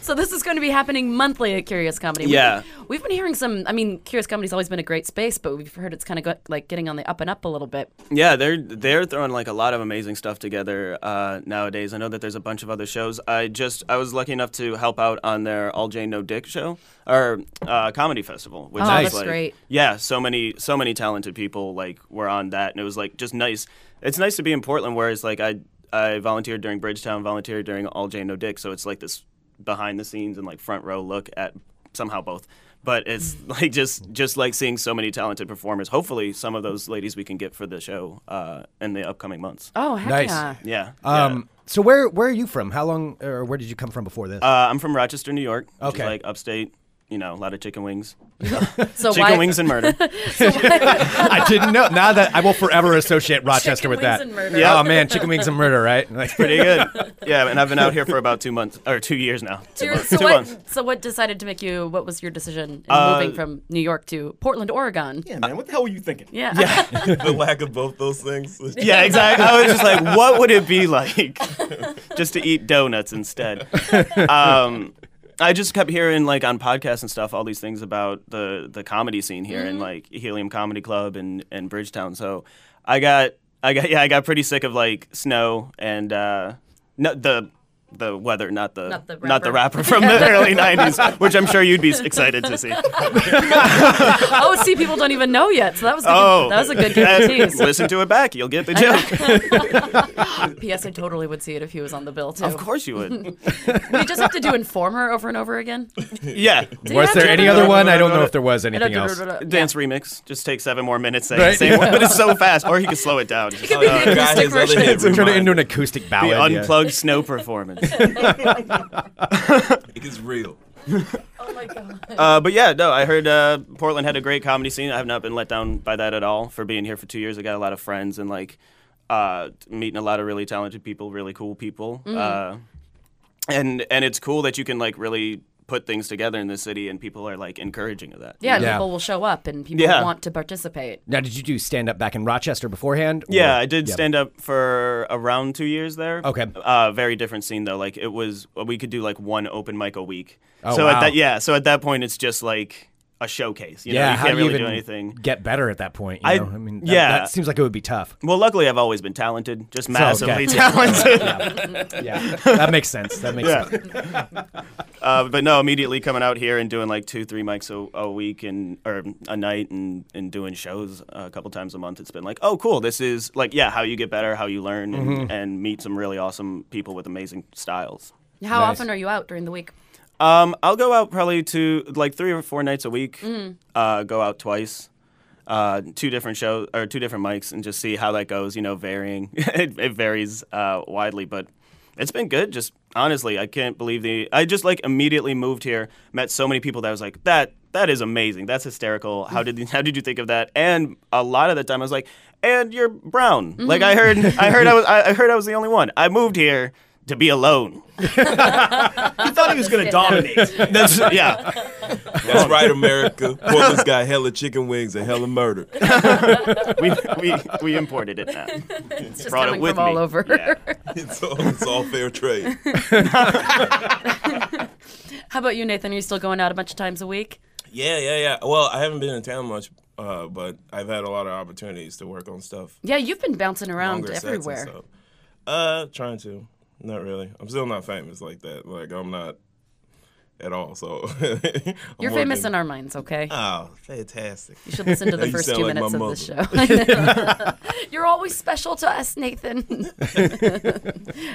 So this is going to be happening monthly at Curious Comedy. We've-
Yeah.
We've, been hearing some. I mean, Curious Comedy's always been a great space, but we've heard it's kind of go, like getting on the up and up a little bit.
yeah, they're they're throwing like a lot of amazing stuff together uh, nowadays. I know that there's a bunch of other shows. I just I was lucky enough to help out on their All Jane No Dick show or uh, comedy festival, which
Oh,
is
that's
like
great.
yeah, so many so many talented people like were on that, and it was like just nice. It's nice to be in Portland, whereas like I I volunteered during Bridgetown, volunteered during All Jane No Dick, so it's like this behind the scenes and like front row look at somehow both. But it's
Mm.
like just just like seeing so many talented performers. Hopefully, some of those ladies we can get for the show uh, in the upcoming months.
Oh, heck
Nice.
yeah!
Yeah. yeah.
Um, so where where are you from? How long or where did you come from before this?
Uh, I'm from Rochester, New York. Which
Okay.
Is like upstate, you know, a lot of chicken wings,
So
chicken
why
wings and murder.
I didn't know. Now that I will forever associate Rochester
Chicken
with
wings
that.
and murder.
Oh man, chicken wings and murder, right? Like,
Pretty good. Yeah, and I've been out here for about two months or two years now.
So,
Two
you're-
months.
so
Two Uh, months.
what? So what decided to make you? What was your decision in moving from New York to Portland, Oregon?
Yeah, man, what the hell were you thinking?
Yeah.
The lack of both those things.
Yeah, exactly. I was just like, what would it be like just to eat donuts instead? Um, I just kept hearing like on podcasts and stuff all these things about the the comedy scene here
Mm-hmm.
and like Helium Comedy Club and and Bridgetown. So I got I got yeah I got pretty sick of like snow and uh, no, the the weather, not the
Not the
rapper from the early '90s, which I'm sure you'd be excited to see.
oh, see, people don't even know yet. So that was good,
Oh,
that was a good guarantee.
Listen to it back, you'll get the joke.
P.S. I totally would see it if he was on the bill too.
of course you would.
We just have to do Informer over and over again.
Yeah.
was
have
there
to-
any other one? I don't know if there was anything else.
Dance remix. Just take seven more minutes. Say,
Right.
say one, but it's so fast. Or he could slow it down. Just
It could be the
Uh, guy,
acoustic
his other
version.
hit
So turn it
Remind.
into an acoustic ballad.
the
yeah.
unplugged snow performance.
It gets real.
Oh my god.
Uh, but yeah, no, I heard uh, Portland had a great comedy scene. I have not been let down by that at all. For being here for two years, I got a lot of friends and like uh, meeting a lot of really talented people, really cool people.
Mm.
Uh, and and it's cool that you can like really put things together in the city, and people are like encouraging of that.
Yeah, and
Yeah.
people will show up and people
Yeah.
want to participate.
Now, did you do stand up back in Rochester beforehand? or-
Yeah, I did
Yeah.
stand up for around two years there.
Okay.
Uh, very different scene though. Like it was, we could do like one open mic a week.
Oh,
so
wow.
at that, yeah. So at that point, it's just like a showcase. You
yeah,
know, you
how
can't
do you
really do
even
anything.
get better at that point? You
I-
know? I mean, that,
yeah.
that seems like it would be tough. Oh,
Well, luckily, I've always been talented, just massively
okay.
talented.
Yeah, that makes sense. That makes sense.
uh, but no, immediately coming out here and doing like two, three mics a, a week and or a night and and doing shows a couple times a month. It's been like, oh, cool. This is like, yeah, how you get better, how you learn, and,
Mm-hmm.
and meet some really awesome people with amazing styles.
How
Nice.
often are you out during the week?
Um, I'll go out probably to like three or four nights a week. Uh, go out twice, uh, two different shows or two different mics, and just see how that goes. You know, varying. it, it varies uh, widely, but it's been good. Just honestly, I can't believe the. I just like immediately moved here, met so many people that I was like that. That is amazing. That's hysterical. How did you- how did you think of that? And a lot of the time, I was like, and you're brown. Like I heard, I heard I was, I I heard I was the only one. I moved here to be alone.
I thought he was going to dominate.
That's yeah.
That's right, America. Portland's got hella chicken wings and hella murder.
we, we, we imported it now.
It's just
Brought
coming
it with
from all
me.
over.
Yeah.
It's all, it's all fair trade.
How about you, Nathan? Are you still going out a bunch of times a week?
Yeah, yeah, yeah. Well, I haven't been in town much, uh, but I've had a lot of opportunities to work on stuff.
Yeah, you've been bouncing around
longer sets and
everywhere.
stuff. Uh, trying to. Not really. I'm still not famous like that. Like I'm not at all. So
You're famous in our minds,
Uh,
okay?
Oh, fantastic.
You should listen to the
You
first
sound
two
like
minutes of
my
the show. You're always special to us, Nathan.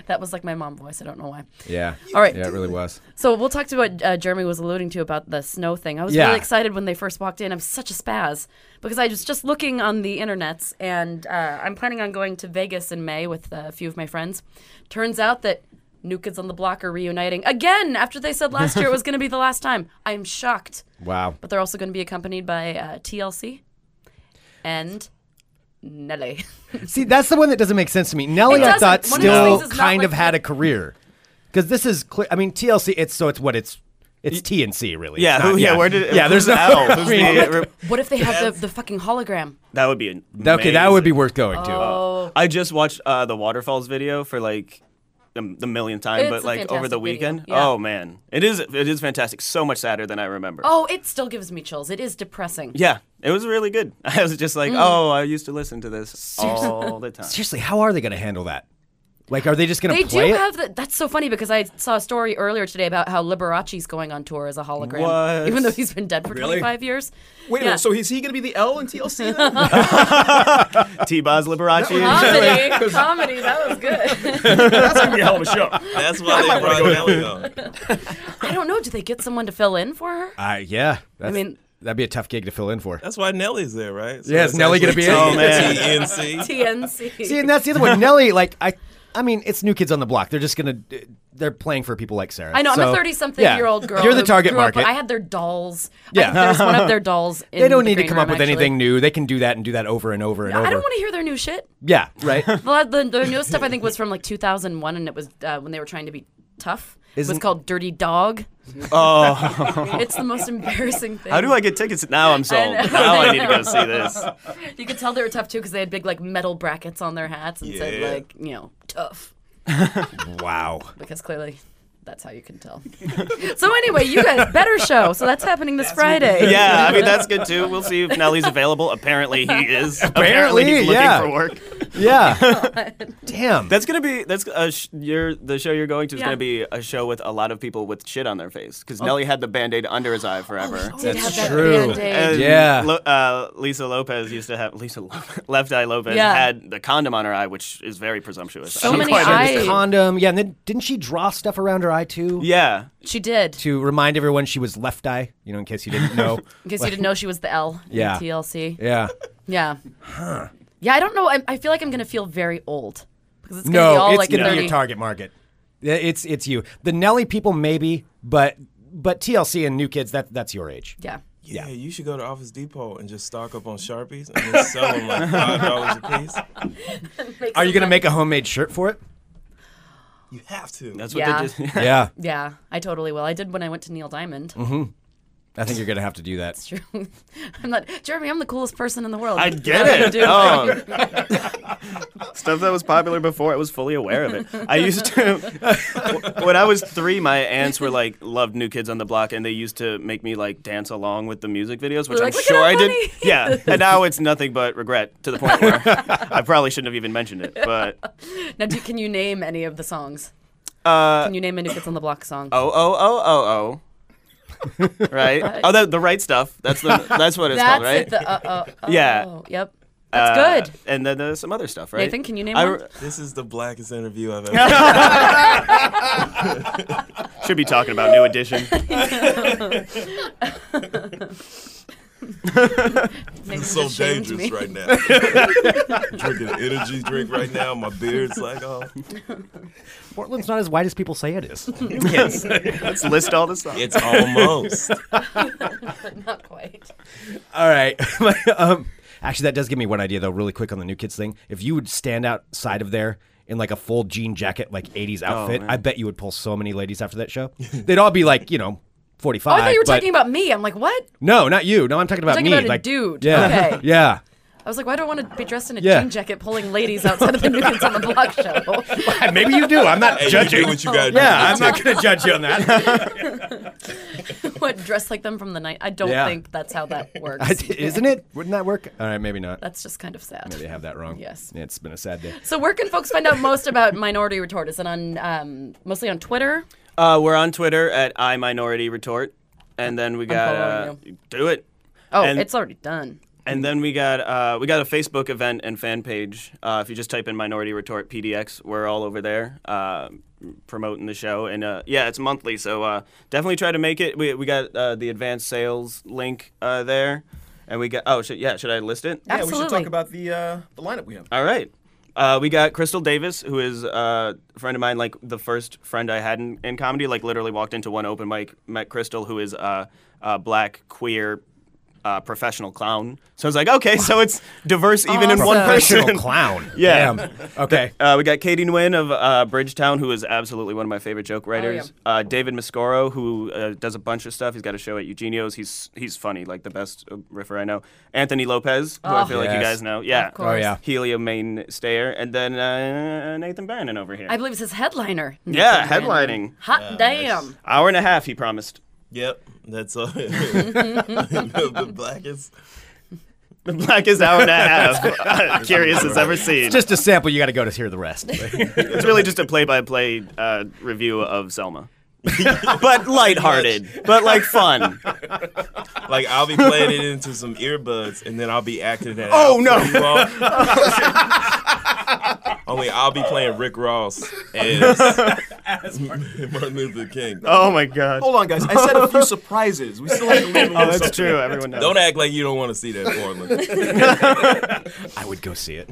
that was like my mom voice. I don't know why.
Yeah.
All right.
Yeah, it really was.
So we'll talk to what uh, Jeremy was alluding to about the snow thing. I was
Yeah.
really excited when they first walked in. I'm such a spaz because I was just looking on the internets, and uh, I'm planning on going to Vegas in May with uh, a few of my friends. Turns out that New Kids on the Block are reuniting again after they said last year it was going to be the last time. I'm shocked.
Wow.
But they're also going to be accompanied by uh, TLC and Nelly.
See, that's the one that doesn't make sense to me. Nelly,
It
I
doesn't.
thought,
One of those
still
things is not
kind
like
of had
the-
a career. Because this is clear. I mean, TLC, it's so it's what it's. It's TNC, really.
Yeah,
It's not-
who, yeah, where did
Yeah, there's
who's
no.
Al? Who's
I mean,
the-
what if they have the, the fucking hologram?
that would be
okay, that would be
amazing.
worth going to.
I just watched uh, the waterfalls video for like the, the millionth time,
It's
but
a
like over the
fantastic video,
weekend.
yeah.
Oh man, it is it is fantastic. So much sadder than I remember.
Oh, it still gives me chills. It is depressing.
Yeah, it was really good. I was just like, oh, I used to listen to this all the time.
Seriously, how are they going to handle that? Like, are they just going
They
to
do
play it?
have that. That's so funny because I saw a story earlier today about how Liberace's going on tour as a hologram,
What?
even though he's been dead for 25 years.
Wait a
Yeah.
minute. So is he going to be the L in TLC? Then?
T-Boz Liberace.
Comedy, comedy. That was good.
That's going to be a hell of a show.
That's why they brought Nelly on.
I don't know. Do they get someone to fill in for her?
Uh, yeah. That's, I
mean-
mean, that'd be a tough gig to fill in for.
That's why Nelly's there, right? So
Yeah, is
it's
Nelly gonna
actually
be in?
Oh, man.
TNC.
TNC.
See, and that's the other one. Nelly, like, I I mean, it's new kids on the block. They're just going to, they're playing for people like Sarah.
I know. I'm
So,
a 30 something
yeah,
year old girl.
You're the
who
target
grew up-
market.
I had their dolls.
Yeah.
Yeah. there's one of their dolls. In
they don't
the
need to
green
come up
room,
with
actually.
anything new. They can do that and do that over and over and over.
I don't want to hear their new shit.
yeah, right?
The, the, the newest stuff I think was from like 2001, and it was uh, when they were trying to be tough. it was
Isn't-
called Dirty Dog.
Oh,
It's the most embarrassing thing.
how do I get tickets? Now I'm sold.
know.
now I need to go see this.
You could tell they were tough too because they had big like metal brackets on their hats and said
Yeah.
like you know tough
wow.
because clearly that's how you can tell. so anyway, you guys better show. So that's happening this Friday.
Yeah, I mean that's good too. We'll see if Nelly's available. Apparently he is. Apparently, he's looking
yeah.
for work.
Yeah. Damn.
That's gonna be that's uh, sh- your the show you're going to is
Yeah.
gonna be a show with a lot of people with shit on their face because Nelly had the band aid under his eye forever.
Did have that
true.
Band-Aid.
and
Yeah.
Lo- uh, Lisa Lopez used to have Lisa Lo- Left Eye Lopez
Yeah.
had the condom on her eye, which is very presumptuous.
So
I don't
many
quite
eyes.
understand.
Condom. Yeah, and then didn't she draw stuff around her eye too?
Yeah,
She did.
To remind everyone she was left eye, you know, in case you didn't know.
Because you didn't know she was the L in
Yeah.
TLC.
yeah.
Yeah. Yeah, I don't know. I, I feel like I'm going to feel very old. Because it's going to
No,
be all
it's
like
gonna be
30.
your target market. Yeah, It's it's you. The Nelly people maybe, but but TLC and New Kids that that's your age.
yeah.
Yeah, you should go to Office Depot and just stock up on Sharpies and then sell them like five dollars a piece.
Are you gonna make a homemade shirt for it?
You have to.
that's what
Yeah.
they just.
Yeah,
Yeah, I totally will. I did when I went to Neil Diamond.
I think you're gonna have to do that.
True. I'm not Jeremy. I'm the coolest person in the world.
I get it. Oh. Stuff that was popular before, I was fully aware of it. I used to, when I was three, my aunts were like, loved New Kids on the Block, and they used to make me like dance along with the music videos, which
They're
I'm
like, "Look at
sure
how
I did.
funny."
Yeah. And now it's nothing but regret to the point where I probably shouldn't have even mentioned it. But,
Now, do, can you name any of the songs?
uh,
Can you name a New Kids on the Block song?
oh, oh, oh, oh, oh. Right? Oh, the, the right stuff. That's the that's what it's
That's
called, right?
it. The, uh, uh, oh,
Yeah.
Yep. That's
Uh,
good.
And then there's some other stuff, right?
Nathan, can you name
I
one?
re-
This is the blackest interview I've ever. done.
Should be talking about New Edition.
Nathan
so
just shamed
dangerous
me.
right now. I'm drinking an energy drink right now. My beard's like, oh,
Portland's not as wide as people say it is.
Let's list all the songs.
it's almost.
Not quite.
All right. um, actually, that does give me one idea though. Really quick on the New Kids thing. If you would stand outside of there. In like a full jean jacket, like '80s outfit,
man.
I bet you would pull so many ladies after that show. They'd all be like, you know,
Oh,
45.
I thought you were
but-
talking about me. I'm like, what?
No, not you. No, I'm talking about
talking
me.
about a
like,
dude.
Yeah.
Okay.
Yeah.
I was like, why do I want to be dressed in a
Yeah.
jean jacket pulling ladies outside of the New Kids on the Block show?
Maybe you do. I'm not
Hey, you
judging.
do what you gotta do.
yeah, I'm not going to judge you on that.
what dress like them from the night? I don't
Yeah.
think that's how that works.
Isn't it? Wouldn't that work? All right, maybe not.
That's just kind of sad.
Maybe I have that wrong.
Yes.
It's been a sad day.
So where can folks find out most about Minority Retort? Is it on um, mostly on Twitter?
Uh, we're on Twitter at I Minority Retort, and then we got uh,
following
do it.
Oh,
And-
it's already done.
And then we got uh, we got a Facebook event and fan page. Uh, if you just type in Minority Retort PDX, we're all over there uh, promoting the show. And uh, yeah, it's monthly, so uh, definitely try to make it. We, we got uh, the advanced sales link uh, there, and we got oh should, yeah, should I list it?
Yeah, we should
Absolutely.
talk about the uh, the lineup we have.
All right. Uh, we got Crystal Davis, who is uh, a friend of mine, like the first friend I had in, in comedy. Like, literally walked into one open mic, met Crystal, who is uh, a black, queer, uh, professional clown. So I was like, okay, so it's diverse even in one
Professional
person.
clown.
Yeah.
Damn. Okay.
Uh, we got Katie Nguyen of uh, Bridgetown, who is absolutely one of my favorite joke writers. uh, David Mascaro, who uh, does a bunch of stuff. He's got a show at Eugenio's. He's he's funny, like the best uh, riffer I know. Anthony Lopez, who I feel like you
Yes.
guys know. Yeah.
Of course. Oh,
yeah.
Helio mainstayer. And then uh, Nathan Bannon over here.
I believe it's his headliner.
yeah,
Nathan Bannon.
headlining.
Hot damn.
Hour and a half, he promised.
Yep, that's all. the, the blackest.
The blackest hour and a half. Curious as ever seen. It's,
Just a sample. You got to go to hear the rest.
really just a play-by-play uh, review of Selma. but lighthearted, but like fun.
Like I'll be playing it into some earbuds, and then I'll be acting that.
Oh,
out
no.
for you all. Only I'll be playing Rick Ross as Martin Luther King.
Oh my god.
Hold on, guys. I said a few surprises. We still have to leave.
Oh, that's true. Everyone knows.
Don't act like you don't want to see that, Portland.
I would go see it.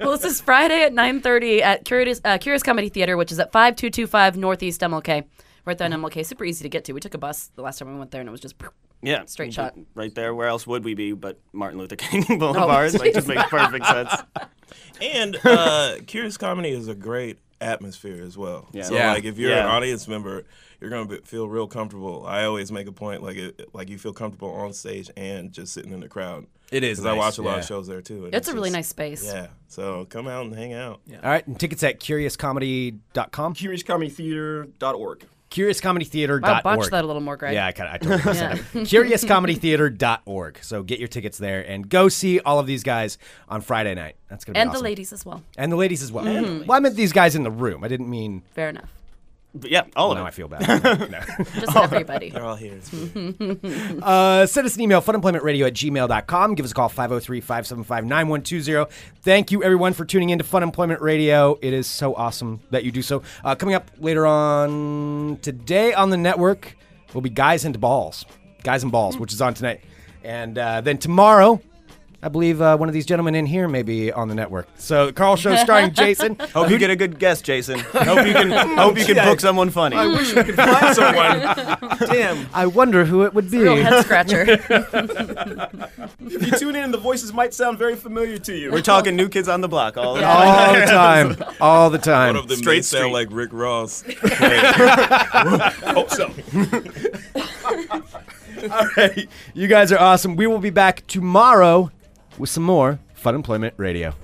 Well, this is Friday at 9.30 at Curious, uh, Curious Comedy Theater, which is at 5225 Northeast MLK. Right
Mm.
there on MLK. Super easy to get to. We took a bus the last time we went there, and it was just...
yeah,
Straight shot.
Right there. Where else would we be but Martin Luther King Boulevard? like, just makes perfect sense.
and uh, Curious Comedy is a great atmosphere as well.
Yeah.
So
Yeah.
like if you're an
Yeah.
audience member, you're gonna be, feel real comfortable. I always make a point like it, like you feel comfortable on stage and just sitting in the crowd.
It is
'Cause I
nice,
watch a lot
yeah.
of shows there too. and
It's a really
just-
nice space.
Yeah. So come out and hang out. Yeah.
All right. And tickets at curiouscomedy.com.
CuriousComedyTheater.org.
Curiouscomedytheater.org.
Wow, botched that a little more, Greg.
Yeah, I kind of I totally messed that up. CuriousComedyTheater.org. So get your tickets there and go see all of these guys on Friday night. That's gonna be
And
awesome.
the ladies as well.
and the ladies as well. Well, I meant these guys in the room. I didn't mean.
Fair enough.
But yeah, all
now I
of it.
feel bad. No.
Just everybody.
They're all here. It's good.
Uh, send us an email, funemploymentradio at gmail.com. Give us a call, 503 575 9120. Thank you, everyone, for tuning in to Fun Employment Radio. It is so awesome that you do so. Uh, coming up later on today on the network will be Guys and Balls. Guys and Balls, which is on tonight. And uh, then tomorrow, I believe uh, one of these gentlemen in here may be on the network. So, the Carl Show starring Jason.
Hope you get a good guest, Jason. hope you can. Hope you can book someone funny.
Find someone. Damn.
I wonder who it would be.
Real head scratcher.
If you tune in, the voices might sound very familiar to you.
We're talking new kids on the block. All
Yeah.
All the time. All the time.
One of them
Straight
may sound
street.
like Rick Ross.
hope so.
Hey, you guys are awesome. We will be back tomorrow with some more Fun Employment Radio.